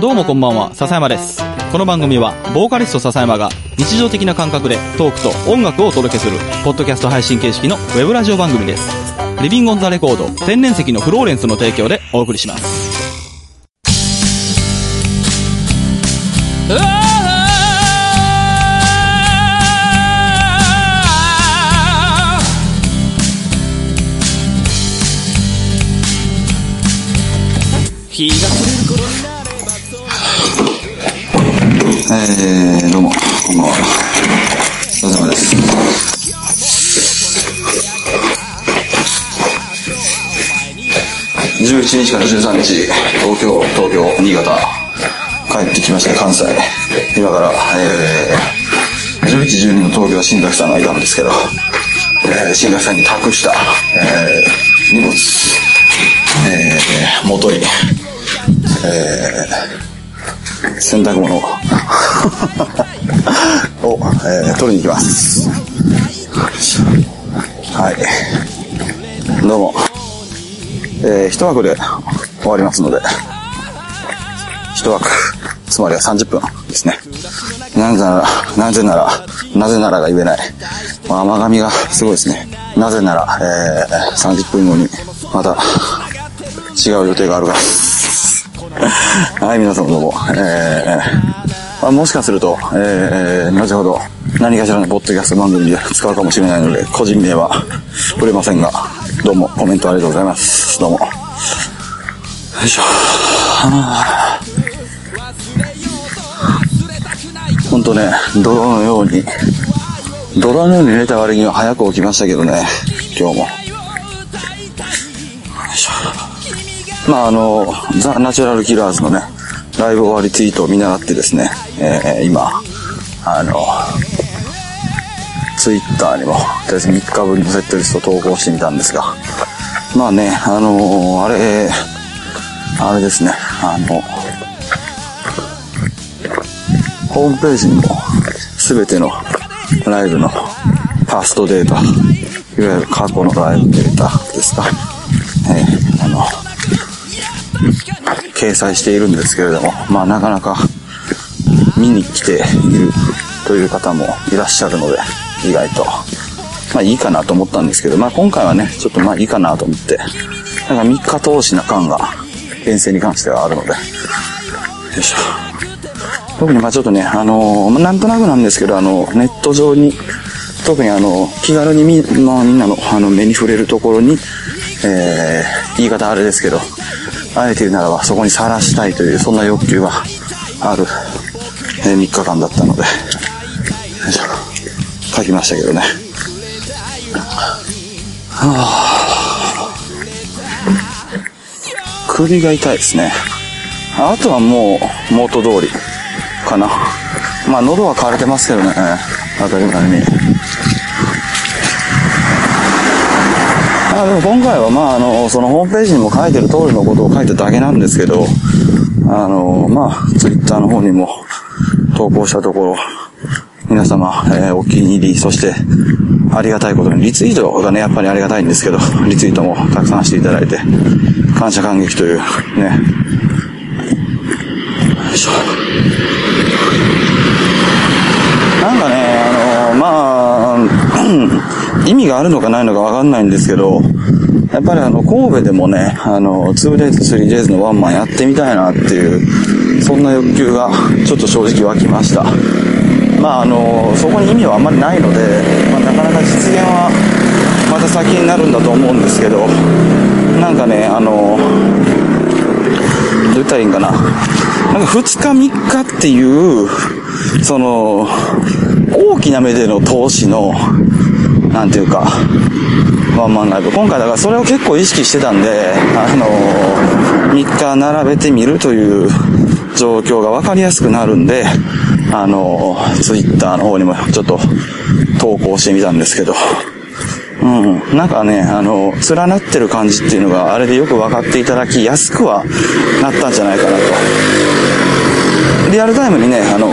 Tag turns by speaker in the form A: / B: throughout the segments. A: どうもこんばんは、笹山です。この番組は、ボーカリスト笹山が日常的な感覚でトークと音楽をお届けする、ポッドキャスト配信形式のウェブラジオ番組です。リビングオンザレコード、天然石のフローレンスの提供でお送りします。
B: えー、どうも、こんばんは。お疲れ様です。11日から13日、東京、東京、新潟、帰ってきました、関西。今から、えー、11、12の東京は新宅さんがいたんですけど、えー、新宅さんに託した、えー、荷物、えー、元に、えー、洗濯物をを、えー取りに行きますはいどうも、えー、一枠で終わりますので一枠つまりは30分ですねなぜならなぜならなぜならが言えないまあ甘噛みがすごいですねなぜなら、えー、30分後にまた違う予定があるから はい、皆さんどうも。えー、あもしかすると、えー、後ほど何かしらのポッドキャスト番組で使うかもしれないので、個人名は触れませんが、どうもコメントありがとうございます。どうも。よいしょ。あのー、ほんとね、泥のように、泥のように寝た割には早く起きましたけどね、今日も。まああの、ザ・ナチュラル・キラーズのね、ライブ終わりツイートを見習ってですね、えー今、あの、ツイッターにも、とりあえず3日分のセットリストを投稿してみたんですが、まあね、あのあれ、あれですね、あの、ホームページにも、すべてのライブのファーストデータ、いわゆる過去のライブデータですか、えーあの、掲載しているんですけれども、まあなかなか見に来ているという方もいらっしゃるので、意外と。まあいいかなと思ったんですけど、まあ今回はね、ちょっとまあいいかなと思って、なんか3日通しな感が、遠征に関してはあるので。よいしょ。特にまあちょっとね、あのーまあなんとなくなんですけど、あの、ネット上に、特にあの、気軽にみ,、まあ、みんなのあの目に触れるところに、えー、言い方あれですけど、あえて言うならばそこにさらしたいという、そんな欲求がある、えー3日間だったので、よいしょ書きましたけどね。首が痛いですね。あとはもう、元通りかな。まあ、喉は枯れてますけどね。当たり前に。あでも今回は、まあ、あの、そのホームページにも書いてる通りのことを書いただけなんですけど、あの、まあ、ツイッターの方にも投稿したところ、皆様、えーお気に入り、そして、ありがたいことに、リツイートがね、やっぱりありがたいんですけど、リツイートもたくさんしていただいて、感謝感激という、ね。よいしょなんかね、あの、まあ、意味があるのかないのかわかんないんですけど、やっぱりあの、神戸でもね、あの、2days、3days のワンマンやってみたいなっていう、そんな欲求が、ちょっと正直湧きました。まあ、あの、そこに意味はあんまりないので、まあ、なかなか実現は、また先になるんだと思うんですけど、なんかね、あの、どう言ったらいいんかな。なんか2日3日っていう、その、大きな目での投資の、なんていうか、ワンマンライブ。今回だからそれを結構意識してたんで、あの、3日並べてみるという状況がわかりやすくなるんで、あの、ツイッターの方にもちょっと投稿してみたんですけど、うん。なんかね、あの、連なってる感じっていうのが、あれでよく分かっていただき、安くはなったんじゃないかなと。リアルタイムにね、あの、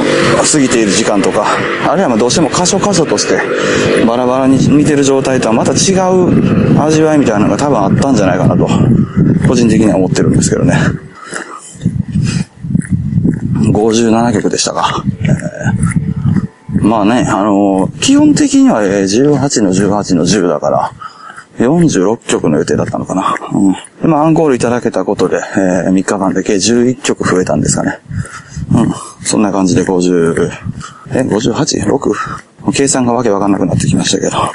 B: 過ぎている時間とか、あるいはまあどうしても箇所箇所として、バラバラに見てる状態とはまた違う味わいみたいなのが多分あったんじゃないかなと、個人的には思ってるんですけどね。 57曲でしたか。えーまあね、あのー基本的にはえー18の18の10だから、46曲の予定だったのかな。うん。でまあ、アンコールいただけたことで、え3日間で計11曲増えたんですかね。うん。そんな感じで50、え、58?6? 計算がわけわかんなくなってきましたけど。は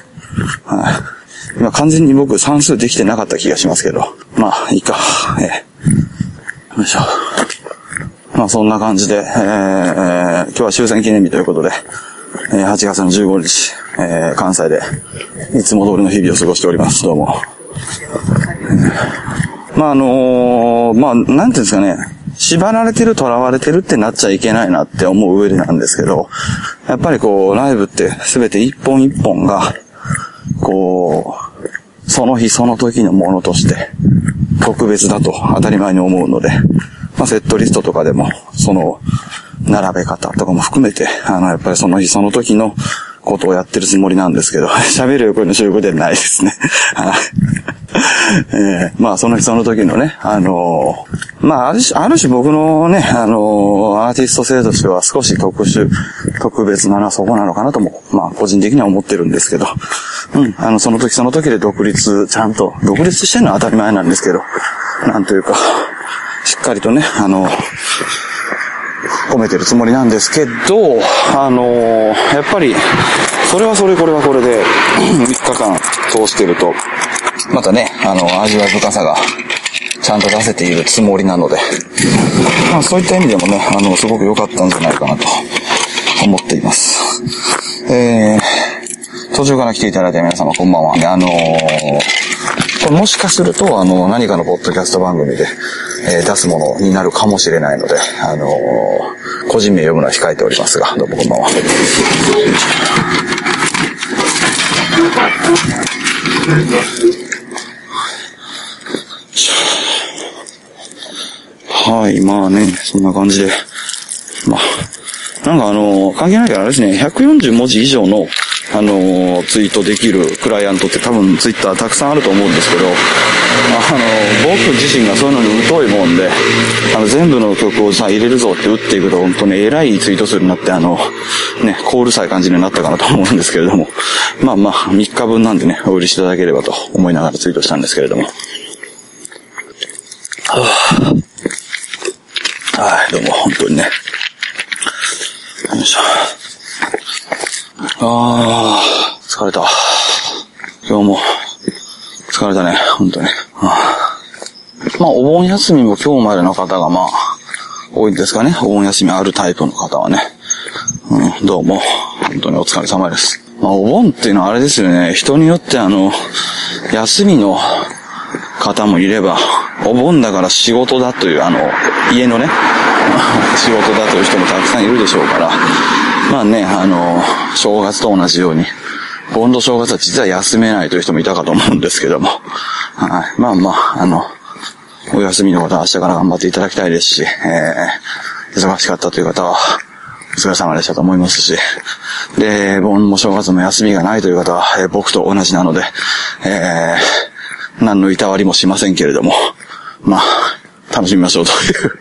B: い。今完全に僕算数できてなかった気がしますけど。まあ、いいか。えーよいしょ。まあそんな感じで、えーえー今日は終戦記念日ということで、えー8月の15日、えー関西で、いつも通りの日々を過ごしております。どうも。まああのーまあなんていうんですかね、縛られてる、囚われてるってなっちゃいけないなって思う上でなんですけど、やっぱりこう、ライブって全て一本一本が、こう、その日その時のものとして、特別だと当たり前に思うので、まあ、セットリストとかでも、その、並べ方とかも含めて、あの、やっぱりその日その時のことをやってるつもりなんですけど、 喋る横の集合ではないですね。はい。え ーまあ、その日その時のね、あのーまあ、ある種、ある種僕のね、あのーアーティスト性としては少し特殊、特別なのはそこなのかなとも、まあ、個人的には思ってるんですけど、うん、あの、その時その時で独立、ちゃんと、独立してるのは当たり前なんですけど、なんというか、しっかりとね、あの、込めてるつもりなんですけど、あのやっぱり、それはそれ、これはこれで、3日間通してると、またね、あの、味わい深さが、ちゃんと出せているつもりなので、まあそういった意味でもね、あの、すごく良かったんじゃないかなと、思っています。えー、途中から来ていただいた皆様、こんばんは。あのこれもしかすると、あの、何かのポッドキャスト番組で、えー出すものになるかもしれないので、あのー個人名読むのは控えておりますが、どうもこんばんは。はい、まあね、そんな感じで。まあ、なんかあのー関係ないからあれですね、140文字以上の、あのーツイートできるクライアントって多分ツイッターたくさんあると思うんですけど、あのー僕自身がそういうのに疎いもんで、あの、全部の曲をさ、入れるぞって打っていくと、本当に偉いツイートするなって、あの、ね、コールさえ感じになったかなと思うんですけれども、まあまあ、3日分なんでね、お売りしていただければと思いながらツイートしたんですけれども。はい、どうも、本当にね。よいしょ。あー、疲れた。今日も、疲れたね、本当に。はあまあ、お盆休みも今日までの方がまあ、多いんですかね。お盆休みあるタイプの方はね。うん、どうも、本当にお疲れ様です。まあ、お盆っていうのはあれですよね。人によってあの、休みの方もいれば、お盆だから仕事だという、あの、家のね、 仕事だという人もたくさんいるでしょうから、まあね、あの、正月と同じように、盆と正月は実は休めないという人もいたかと思うんですけども、はい。まあまあ、あの、お休みの方は明日から頑張っていただきたいですし、えー、忙しかったという方は、お疲れ様でしたと思いますし、で、盆も正月も休みがないという方は、えー僕と同じなので、えー、何のいたわりもしませんけれども、まあ、楽しみましょうという、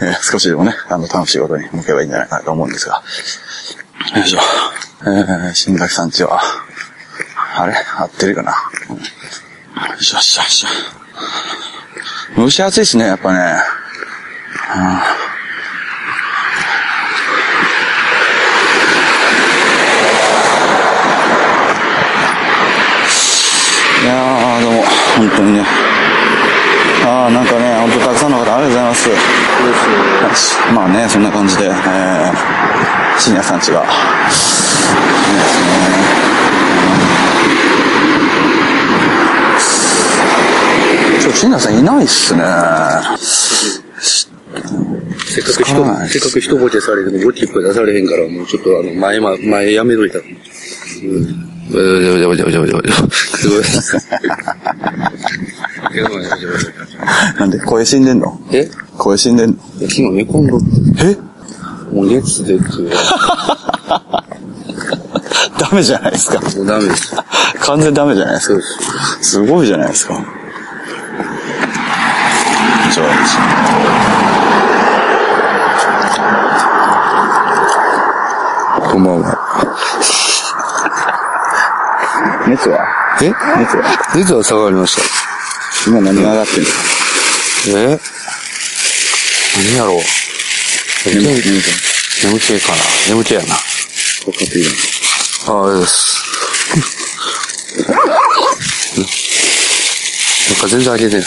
B: えー少しでもね、あの、楽しいことに向けばいいんじゃないかなと思うんですが、よいしょ。えー、新垣さんちは、あれ合ってるかな、うんよいしょよいしょよいしょ。蒸し暑いですね、やっぱね。いやー、どうも、本当にね。あー、なんかね、本当たくさんの方ありがとうございます。まあね、そんな感じで、えー、深夜さんちが、ちょ、深夜さんいないっすね。
C: せっかく人
B: はい、
C: せっかく人ぼちゃされても、ゴキップ出されへんから、もうちょっとあの、前ま、前やめといた。うん。わじゃわじゃわじゃわじゃわじゃわじゃ。すごい。
B: なんで、声死んでんの
C: え
B: 声死んでんの
C: 昨日寝込んどっ
B: え
C: たもう熱出て、
B: ダメじゃないですか。
C: もうダメです。
B: 完全にダメじゃないです
C: そう
B: か
C: で。す。
B: すごいじゃないですか。ちょ、熱は
C: え
B: 熱は
C: 熱は下がりまし
B: 今何が上がってんの
C: た。え何やろう眠
B: 眠気
C: 気、眠気かな眠気やな。
B: コカピー
C: ああ、です。なんか全然開けてない。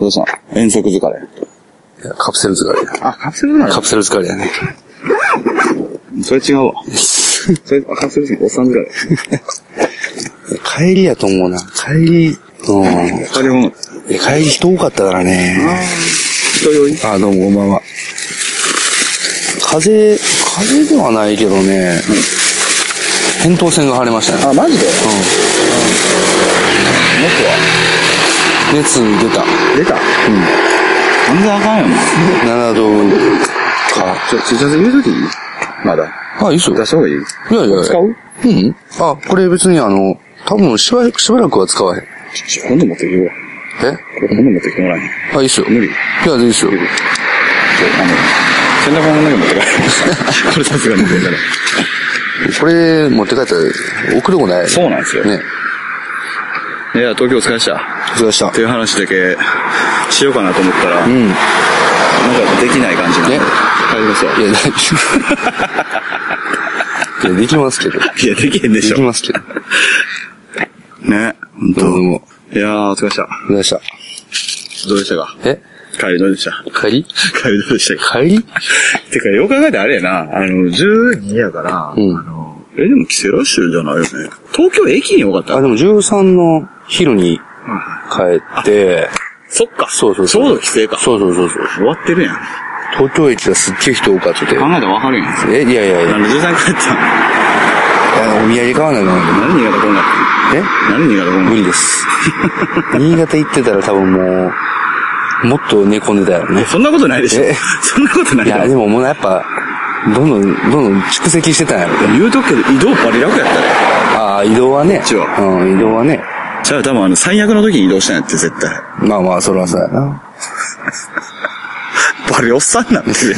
B: どうした遠足疲れ。
C: いやカプセル疲れや。
B: あ、カプセルな
C: カプセル疲れやね。
B: それ違 うわ。それ、あカプセル疲れ、おっさん疲 れ。
C: 帰りやと思うな。帰り、うん。え
B: あ、でも、
C: 帰り人多かったからね。
B: 人酔い
C: あ、どうもこんばんは。風邪、風邪ではないけどね、扁桃腺が腫れましたね。
B: あ、マジで
C: う
B: 熱は
C: ん。熱出た。
B: 出たうん。全然あかんよな。
C: 7度か。
B: ちょ、T シャツ入れときまだ。
C: あ、いいっすよ。
B: 出した方がいい
C: いやいやいや。
B: 使う
C: うん。あ、これ別にあの、多分しばしばらくは使わへん。
B: ちょ今度持ってきてくれ。
C: え
B: これ今度持ってきてもらえへん。
C: あ、いいっすよ。
B: 無理
C: いや、いいっすよ。
B: ちょあの、洗濯物だけ 持って帰る。これさすがに持って帰る。
C: これ持って帰ったら送るもない。
B: そうなんですよ。
C: ね。
B: いや、東京お疲れっした。
C: そうでした
B: って。いう話だけしようかなと思ったら、
C: うん。いや、
B: なんかできない感じなんで。
C: ね
B: 帰りますわ。
C: 大丈夫。 いや、できますけど。
B: いや、できへんでし
C: でき
B: ょ。
C: ますけど。
B: ね。ほんと
C: どうも。
B: いやー、お疲れっした。
C: どうでした
B: どうでしたか
C: え
B: 帰りどうでした
C: 帰り
B: 帰りどうでしたか
C: 帰り
B: てか、よく考えてあれやな、あの、12やから、
C: うん
B: あの、え、でも、キセラ州じゃないよね。東京駅に多かった
C: あ、でも13の昼に帰って、
B: そっか。
C: そうそう
B: ち
C: そう。
B: ょうど帰省か。
C: そうそうそうそう。
B: 終わってるやん。考
C: 東京駅がすっげえ人多かったて。
B: えたらわかるやん。あ
C: え、いやいやいや、
B: の、13帰った
C: あのお土産買わないの
B: 何新潟来んかっ
C: え
B: た何新潟来んか
C: 無
B: っ
C: 理です。新潟行ってたら多分もう、もっと寝込んでたよね
B: た。そんなことないでしょ
C: え。
B: そんなことない
C: いや、
B: や
C: でももうやっぱ、どんどん、どんどん蓄積してたんやろね。
B: 言うとくけど、移動バリ楽やったね。
C: ああ、移動はね。
B: 一応
C: うん、移動はね。
B: じゃあ多分あの、最悪の時に移動したんやって、絶対。
C: まあまあ、それはそうやな。
B: バリおっさんになってる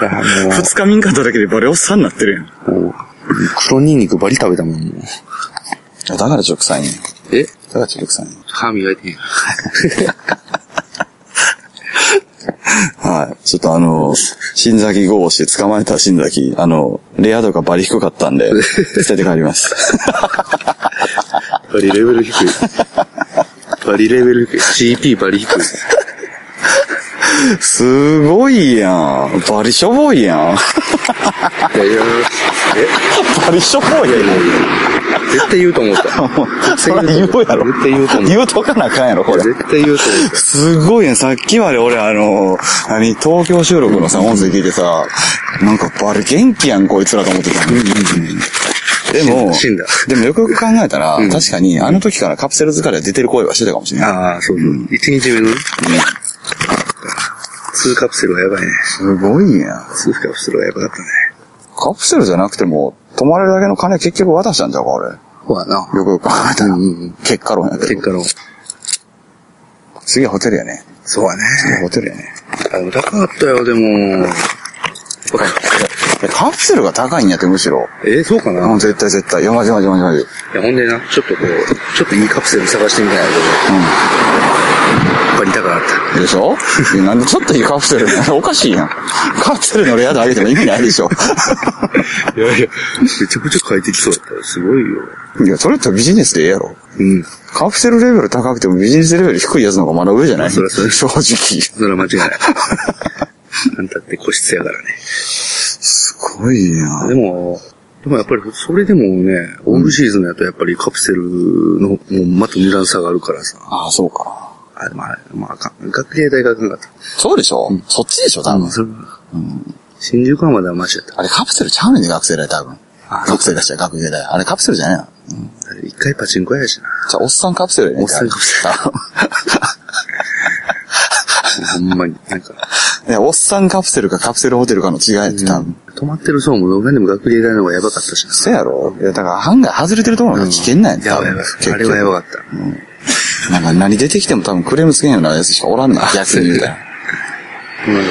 B: やん。
C: いや、も
B: 二日民家だけでバリおっさんになってるやん。
C: う、もう黒ニンニクバリ食べたもん、もう
B: だからちょっと臭いね。
C: え
B: だからちょっと臭いね。
C: 歯磨いてんや。
B: はい。ちょっとあの、新崎号をして捕まえた新崎、あの、レア度がバリ低かったん で、捨てて帰ります。
C: バリレベル低い。バリレベル低い。CP バリ低い。
B: すごいやん。バリしょぼいやん。
C: いやいや、え
B: バリしょぼいやん。
C: 絶対言うと 思った。
B: そら言うやろ。
C: 絶対言うと思う
B: 言うとかなあかんやろ、これ。
C: 絶対言うと思った。
B: すごいね。さっきまで俺あの、何、東京収録のさ、音声聞いてさ、なんかバリ元気やん、こいつらと思ってたの。でも、
C: 死んだ
B: でもよくよく考えたら、確かに、あの時からカプセル疲れは出てる声はしてたかもしれない。
C: ああ、そうそう。一日目のね2カプセルはやばいね。
B: すごいやん。
C: 2カプセルはやばかったね。
B: カプセルじゃなくても、泊まれるだけの金結局渡したんじゃうか、俺。よ
C: ほらな
B: く。よく考えたら。
C: うんうんうん
B: 結果論やけ
C: 結
B: ど。
C: 果の。
B: 次はホテルやね。
C: そうだね。
B: 次はホテルやね。
C: あでも高かったよ、でも。
B: いやカプセルが高いんやって、むしろ。
C: え、そうか
B: う、
C: なん
B: 絶対絶対。いや、まじまじまじまじ。
C: いや、ほんでな、ちょっとこう、ちょっといいカプセル探してみたいなけど、やっぱり高かっ
B: うん。でしょいやなんでちょっといいカプセル なのおかしいやん。カプセルのレア度上げても意味ないで しょ。
C: た。いやいや、めちゃくちゃ快適そうだったよ。すごいよ。
B: いや、それってビジネスでええやろ。
C: うん。
B: カプセルレベル高くてもビジネスレベル低いやつの方がまだ上じゃない
C: そりゃそう
B: 正直。
C: それは間違い ない。あんたって個室やからね。
B: すごいやん。
C: でも、でもやっぱり、それでもね、オールシーズンやとやっぱりカプセルの、もうまた値段下がるからさ。
B: ああ、そうか。
C: あ、でもあれ、まあ、あかん。学芸大があかんかった。
B: そうでしょ、そっちでしょ、多分。
C: それは、新宿はまだマシだった。
B: あれカプセルちゃうねんで、学生代多分。学生だし、学芸代。あれカプセルじゃねえな。
C: あれ一回パチンコやしな。
B: じゃあ、おっさんカプセルやね
C: おっさんカプセほんまに。なんか、
B: ル。いや、おっさんカプセルかカプセルホテルかの違いやって多分。
C: 止まってる層もどうかでも学芸大の方がやばかったしな。
B: そうやろいや、だから、案外外れてるところが危険なんや
C: や
B: 多
C: ばいや
B: 分
C: ばい
B: 結。局
C: あれはやばかった。
B: なんか何出てきても多分クレームつけんようなやつしかおらんな。逆に言うたら。
C: なん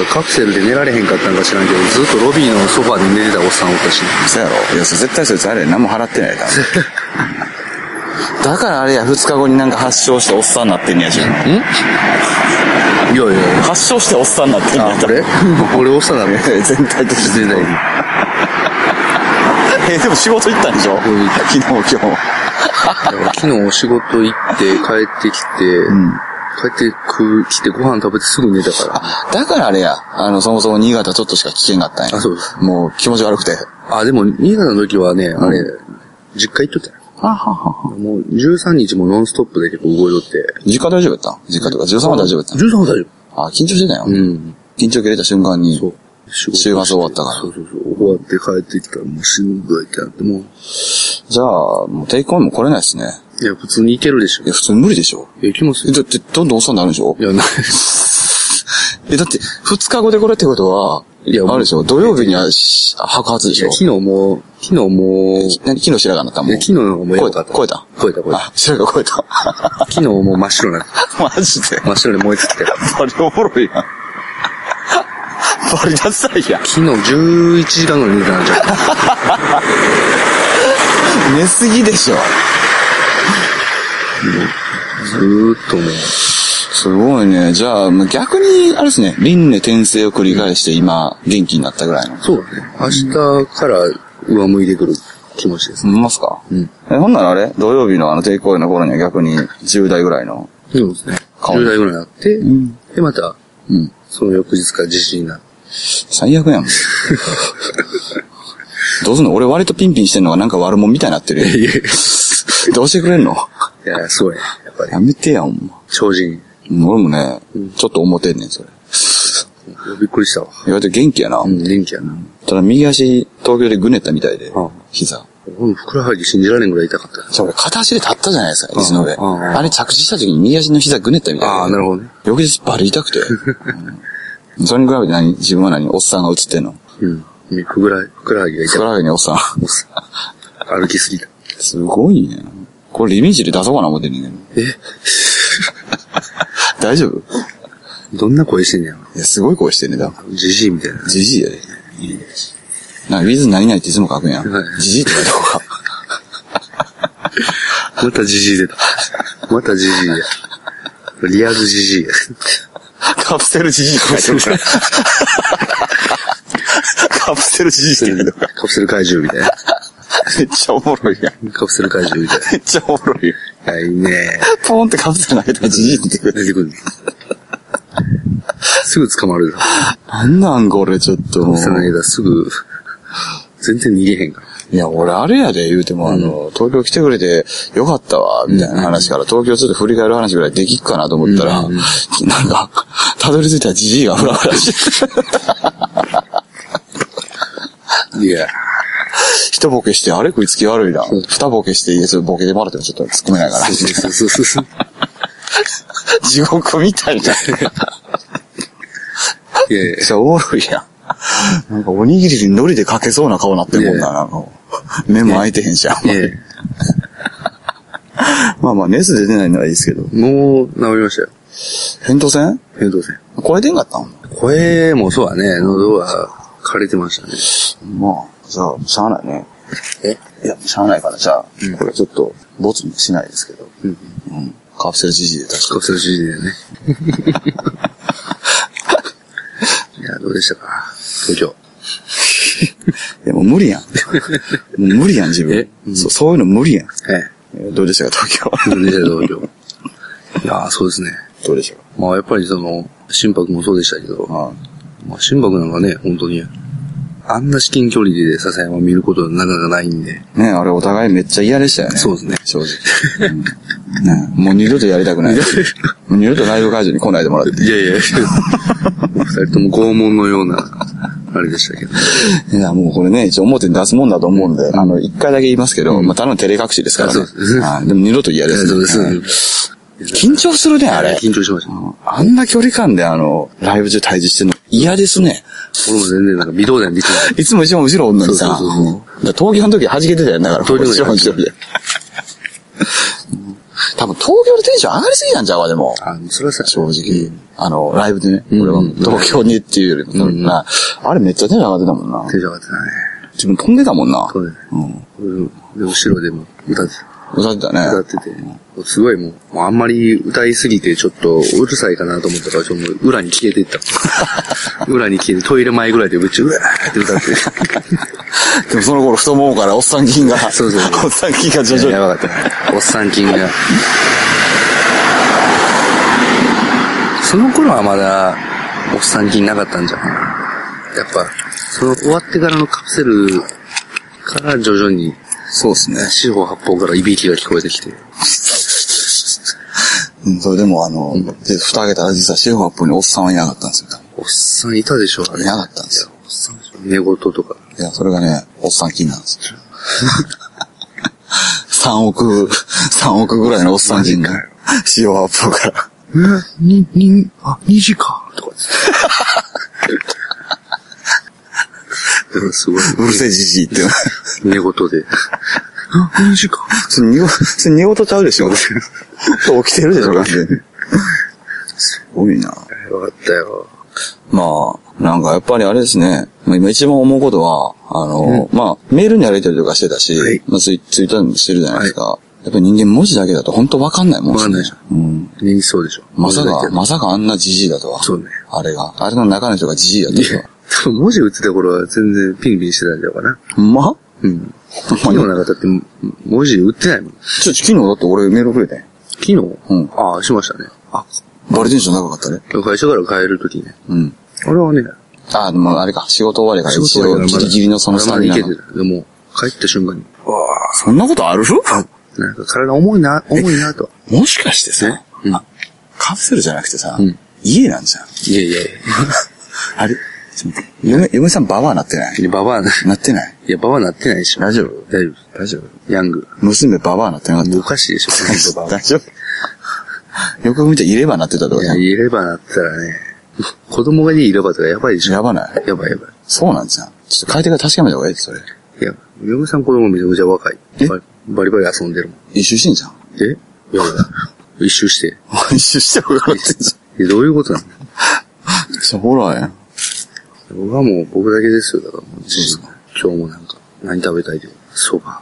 C: かカプセルで寝られへんかったんか知らんけど、ずっとロビーのソファーで寝てたおっさんおったし、
B: そやろいや、そ絶対そいつあれ、何も払ってないから。だからあれや、二日後になんか発症しておっさんになってんねやし。
C: いやいや、
B: 発症しておっさんになってんねや
C: あ、 俺俺おっさんだね。
B: 全体的に。
C: 全体に。
B: え、でも仕事行ったんでしょ
C: うん行った
B: 昨日、今日。
C: だから昨日お仕事行って帰ってきて、帰ってく、来てご飯食べてすぐ寝たから。
B: あ、だからあれや。あの、そもそも新潟ちょっとしか危険があったんや。
C: あそうです
B: もう気持ち悪くて。
C: あ、でも、新潟の時はね、あれ、実家行っとったよ
B: ははは。
C: もう13日もノンストップで結構動いとって。
B: 実家大丈夫やったん実家とか、13は大丈夫やったん
C: 13は大丈夫。
B: あ、緊張してたよ。
C: うん。
B: 緊張切れた瞬間に。
C: そう。仕
B: 週末終わったから
C: そうそうそう。終わって帰ってきたらもう死ぬぐらいってなって、もう。
B: じゃあ、もうテイクオンも来れないですね。
C: いや、普通に行けるでしょ
B: い。や、普通無理でしょ。
C: いや、行きます
B: え
C: よ。
B: だって、どんどんおっさんになるんでしょ
C: いや、ない。
B: え、だって、二日後でこれってことは、
C: いや
B: あるでしょ土曜日にはし白髪で
C: い
B: し
C: や
B: ょ
C: 昨日もう、昨日もう、い
B: 何昨日白髪になったもん。
C: や昨日の方がもうやばかった。
B: 超えた
C: 超えた超えた。
B: あ、白髪超えた。
C: 昨日もう真っ白な、
B: マジで。
C: 真っ白で燃え尽きて。
B: それおもろいやん。バリダサいやん。
C: 昨日11時間ぐらい寝てたんじゃん。
B: 寝すぎでしょ。
C: ずーっともう。
B: すごいね。じゃあ、もう逆に、あれですね、輪廻転生を繰り返して今、元気になったぐらいの。
C: そうだね。明日から上向いてくる気持ちですね。
B: ほんますか
C: うん。
B: え、ほんならあれ土曜日のあの、抵抗の頃には逆に、10代ぐらいの。
C: そうですね。
B: 顔
C: 10代ぐらいになって、
B: ん
C: で、また、
B: うん。
C: その翌日から自信になる。
B: 最悪 やん。どうすんの俺割とピンピンしてんのがなんか悪者みたいになってる
C: いや
B: やん。どうしてくれんの
C: いや、そうや。やっぱり、
B: やめてや、ほんま。
C: 超人。
B: うん俺もね、ちょっと思ってんねん、それ。
C: びっくりしたわ。
B: 意外と元気やな。
C: うん、元気やな。
B: ただ右足、東京でぐねったみたいで
C: うん、
B: 膝。
C: 俺もふくらはぎ信じられんぐらい痛かった。
B: じゃあ俺片足で立ったじゃないですか、椅子の上。
C: うんうん
B: あれ着地した時に右足の膝ぐねったみたいで
C: ああ、なるほどね。
B: 翌日バリ痛 くて。うんそれに比べて何自分は何おっさんが映ってんの
C: うん。ふくら、ふくらはぎが
B: ふ
C: 痛
B: く
C: かっ
B: らはぎにおっさん。
C: た。もうさ歩きすぎた。
B: すごいね。これリベンジで出そうかな思ってんねんけど。
C: え
B: 大丈夫
C: どんな声してんねやろ。
B: いや、すごい声してんねんだ。
C: じじいみたいな。
B: じじいやで。なんか、ウィズ何々っていつも書くんや
C: は。い
B: じじいって書いとこうか。
C: またじじい出た。またじじいや。リアルじじい や。
B: カプセルじじいって書いとこう か。カプセルじじいって書いとこうか。
C: カプセル怪獣みたいな。
B: めっちゃおもろいやん。
C: カプセル怪獣みたい
B: めっちゃおもろいやん。
C: な。はい、いいね
B: ポーンってカプセル投げたらじじいってくる。
C: 出てくる。すぐ捕まる。
B: なんなんこれちょっともう。
C: その間すぐ、全然逃げへんから。
B: いや、俺あれやで言うても、あの、東京来てくれてよかったわ、みたいな話から、東京ちょっと振り返る話ぐらいできっかなと思ったら、なんか、たどり着いたらじじいがふらふら して、
C: いや。
B: 一ボケして、あれ食いつき悪いな。二ボケして、いや、ちょっとボケでもらってもちょっと突っ込めないから
C: そう。そうそうそうそう。
B: 地獄みたいじゃん。
C: いやいや
B: めっ。ちゃおもろいやん。なんかおにぎりに海苔でかけそうな顔なってるもん
C: いや
B: な、なんか。目も開いてへんじゃん。
C: え
B: まあまあ、熱出てないならいいですけど。
C: え。もう、治りましたよ。
B: 扁桃腺
C: 扁桃腺。
B: 超えてんかったん
C: 声もそうだね。喉は枯れてましたね。
B: まあ、じゃあ、しゃあないね。
C: え
B: いや、しゃあないから、じゃあ、これちょっと、ボツにしないですけど。うん。カプセルじじいで確か
C: カプセル主人だよね。 いや、どうでしたか東京。
B: いや、もう無 理やん。もう無理やん、自分
C: え。
B: そう、そういうの無理やん。
C: え
B: えどうでしたか、東
C: え。
B: 京。
C: どうでしたか東京。いやー、そうですね。
B: どうでしたか。
C: まあ、やっぱりその、心拍もそうでしたけど、
B: あ
C: まあ、心拍なんかね、本当に、あんな至近距離で笹山を見ることはなかなかないんで、
B: あねあれお互いめっちゃ嫌でしたよね。
C: そうですね
B: 正直。うんねもう二度とやりたくない。もう二度とライブ会場に来ないでもらって。
C: いやいや、二人とも拷問のような、あれでしたけど。
B: いや、もうこれね、一応表に出すもんだと思うんで、あの、一回だけ言いますけど、まあ、ただの照れ隠しですからね
C: あそうです。
B: あでも二度と嫌ですね。
C: そうです
B: はい緊張するね、あれ。
C: 緊張しました。
B: あんな距離感であの、ライブ中対峙してんの嫌ですね。
C: 俺も全然なんか微動だにできない。
B: いつも一番後ろおんのにさ。
C: そうそうそうそう
B: だから東京の時弾けてたよ、だから。
C: 東京の
B: 一
C: 時
B: 番後ろで。多分東東京でテンション上がりすぎなんちゃうか、でも。
C: あ、それはさ、
B: 正直。あの、ライブでね、
C: うん
B: 俺はもう東京にっていうよりも多分な、あれめっちゃテンション上がってたもんな
C: テ。ンション上がってたね。
B: 自分飛んでたもんな。
C: そうね。
B: うん。
C: で、後ろでも歌って、
B: 歌ってたね。
C: 歌ってて、すごいもう、もうあんまり歌いすぎてちょっとうるさいかなと思ったから、ちょっともう裏に消えていった。 裏に消えて、トイレ前ぐらいでめっちゃうわーって歌って。
B: でもその頃太ももからおっさん菌が、
C: そうそうそう
B: おっさん菌が徐々に。
C: やばかった。おっさん菌が。その頃はまだ、おっさん菌なかったんじゃん。やっぱ、その終わってからのカプセルから徐々に、
B: そうですね。
C: 四方八方からいびきが聞こえてきて。
B: うん、それでもあの、で、蓋開けたら実はシェフアップにおっさんはいなかったんですよ。
C: おっさんいたでしょあれ
B: いなかったんですよ。
C: おっさんでしょ寝言とか。
B: いや、それがね、おっさん菌なんです よ。3億、3億ぐらいのおっさん菌が、 シェフアップから。
C: え、に、に、あ、2時か。とかでもすごい。
B: うるせえじじいって。
C: 寝言で。 あ、2時か。
B: それ 見事、それ見事ちゃうで しょ起きてるでしょ、完全に。すごいな。
C: わかったよ。
B: まあ、なんかやっぱりあれですね。まあ今一番思うことは、あの、まあ、メールにやりたりとかしてたし、
C: はい
B: まあツイツイッターにもしてるじゃないですか。やっぱり人間文字だけだと本当わかんないもんね
C: わかんないでしょ
B: うん。
C: 寝にそうでしょ。
B: まさ
C: 文字だ
B: か、
C: けど
B: まさかあんなじじいだとは。
C: そうね
B: あれが。あれの中の人がじじいだと
C: いや
B: は。
C: 多分文字打ってた頃は全然ピンピンしてたんじゃうかな。
B: ほんま
C: うん。
B: ま
C: 昨
B: に
C: 日なんかだって、文字打ってないもん。
B: ちょ、ちょ昨日だって俺メールくれてん。
C: 昨日
B: うん
C: ああ、しましたね。あ、
B: バレテンション高かったね。
C: 今日会社から帰るときね。
B: うん。
C: あれはね、
B: あ、でもあれか、仕事終わりから一
C: 終わ
B: 応
C: り
B: ギ
C: からまだ
B: リギリのその
C: まだ
B: スタ
C: まだ
B: ミ
C: い
B: ナ
C: け
B: の
C: て。た。でも、帰った瞬間に、
B: わあそんなことある
C: なんか体重 いな、重いなと。
B: もしかしてさ、
C: うん
B: あカプセルじゃなくてさ、
C: うん
B: 家なんじゃん。
C: いやいやい
B: あれちょっと待って嫁、嫁さんババアなってない
C: や。ババ アな、
B: なってない
C: いや、ババアなってないでしょ。
B: 大丈夫
C: 大丈
B: 大丈夫
C: 夫。ヤング。
B: 娘ババアなってなかっ
C: おかしいでしょ、
B: た大丈夫よく見ていればなってたと か
C: い
B: じ
C: や、
B: ゃん。
C: いればなったらね、子供がいいればとかやばいでしょ。
B: やばない
C: やばいやばい。
B: そうなんじゃん。ちょっと変えてから確かめた方がいいそれ。
C: いや、嫁さん子供めちゃくちゃ若い
B: え。
C: バリバリバリ遊んでるもん。
B: 一周してんじゃん。
C: えいや、一周して。
B: 一周して もらってんじ
C: え、どういうことなの
B: ゃん。そほらやん。
C: 僕はもう僕だけですよ。だからもう、
B: そうですか
C: 今日もなんか、何食べたいで。そば。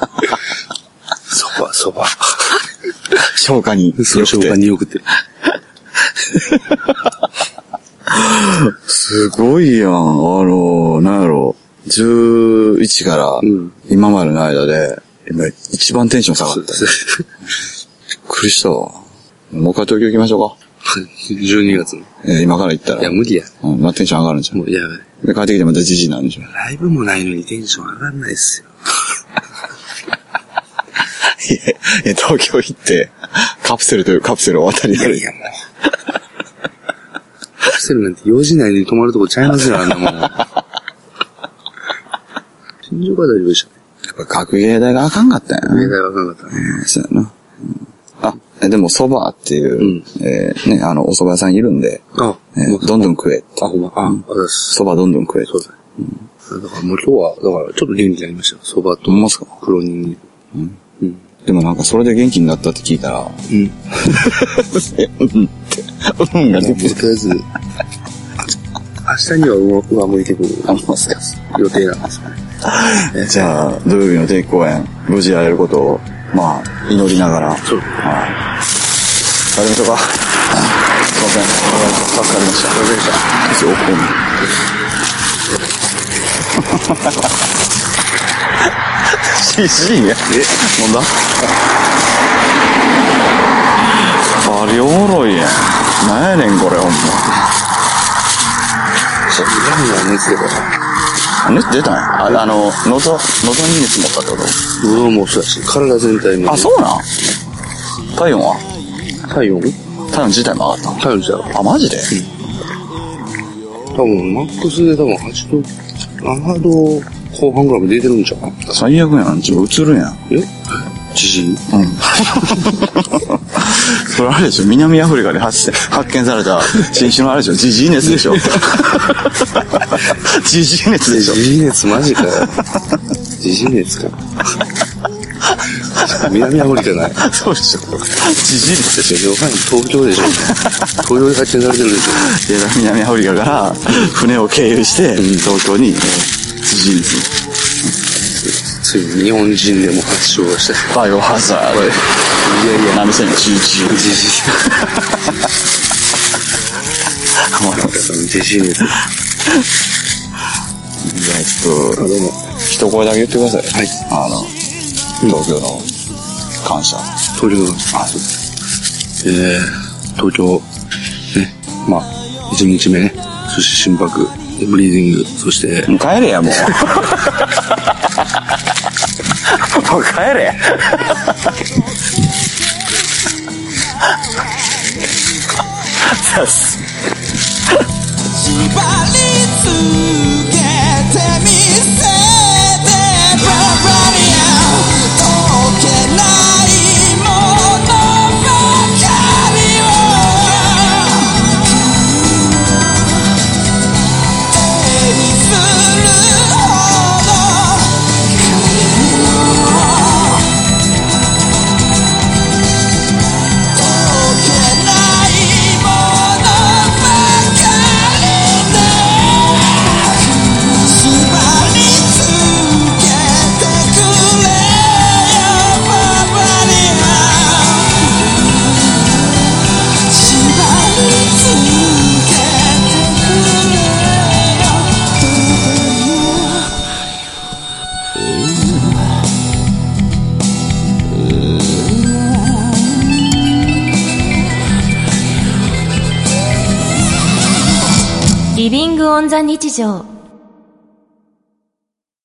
C: そば、そば。
B: 消化に。
C: そう、消化
B: 良くて。
C: に送 ってる。
B: すごいやん。あの、なんやろう。11から
C: うん
B: 今までの間で、今一番テンション下がった。びっくりしたわ。もう一回東京行きましょうか。
C: 12月の。
B: えー今から行ったら。
C: いや、無理や。
B: うん、まあ、テンション上がるんじゃ
C: もう、いや、
B: ん。で、帰ってきてまたじじいなんでしょ。
C: ライブもないのにテンション上がんないっすよ。
B: いや、いや東京行って、カプセルというカプセルを渡り歩い
C: いや、もう。カプセルなんて4時内に泊まるとこちゃいますよ、あんなもん。新宿は大丈夫でし
B: やっぱ学芸大があかんかったんや
C: たね。明
B: な。
C: 大はあかんかったね。
B: そうやな。うんあ、えでも蕎麦っていう、
C: うん
B: えーね、あの、お蕎麦屋さんいるんで、
C: あ、
B: えー
C: もう
B: どんどん食えって。
C: あ、ほんま。あ、あざっす。
B: 蕎麦どんどん食えって
C: そ。うだね。だからもう今日は、だからちょっと元気になりましたよ。蕎麦と
B: ほんまっすか
C: 黒ニンニク。うん。
B: でもなんかそれで元気になったって聞い たら、
C: うん。
B: うんって、うんが出
C: と
B: てる。
C: りあえず、明日には上上向いてくる
B: あ、そうっすか。
C: 予定なんですよね。
B: じゃあ、土曜日の定期公演、無事やれることを、まあ、祈りながら、
C: そう。
B: やりましょうか。すいません。助かりま した。助かりました。一応、ここに。CG ね。え、なんだあれおもろいやん。なんやねん、これ、ほん
C: そう。恨みは熱でか
B: ま。熱出たんや。あれ、あの、喉、喉に熱持ったってこと
C: ら。喉もそうだし、体全体も。
B: あ、そうなん体温は
C: 体温
B: 体温自体も上がっ
C: 体温じゃう
B: た。あ、マジで
C: 多分、マックスで多分8度、7度後半ぐらいまで出てるんちゃうかな
B: 最悪やん。自分映るやん。
C: えじじい
B: うん。それあれでしょ南アフリカで発見発見された新種のあれでしょジジイ熱でしょジジイ熱でしょ
C: じじい熱マジかよ。じじい熱か。南アフリカない。
B: そうでしょ。じじいですよ。
C: 要するに東京でしょ。東京で発見されてるで
B: い
C: し
B: や南アフリカから船を経由して、東京に、えーじじいです。
C: ょ。ついに日本人でも発症した。
B: バイオハザー
C: いやい
B: ド。
C: や、
B: 何せのじじい。
C: ジジ
B: もういや、
C: イ。ジジイです。あ、
B: ちょっと、
C: どうも。
B: 一声だけ言ってください。
C: はい。
B: あの、東京の感謝。
C: 東京。あ、そうです。えー、東京、ね、まあ、1日目ね、そして心拍、ブリーディング、そして、
B: もう帰れや、も う。もう帰 れ。そうっす
D: 縛りつけてみせてババリアン溶けないものばかりを手にするほど「ないものばかりで」「縛りつけてくれよパパには」「縛りつけてくれよパパに
E: リビングオンザ日常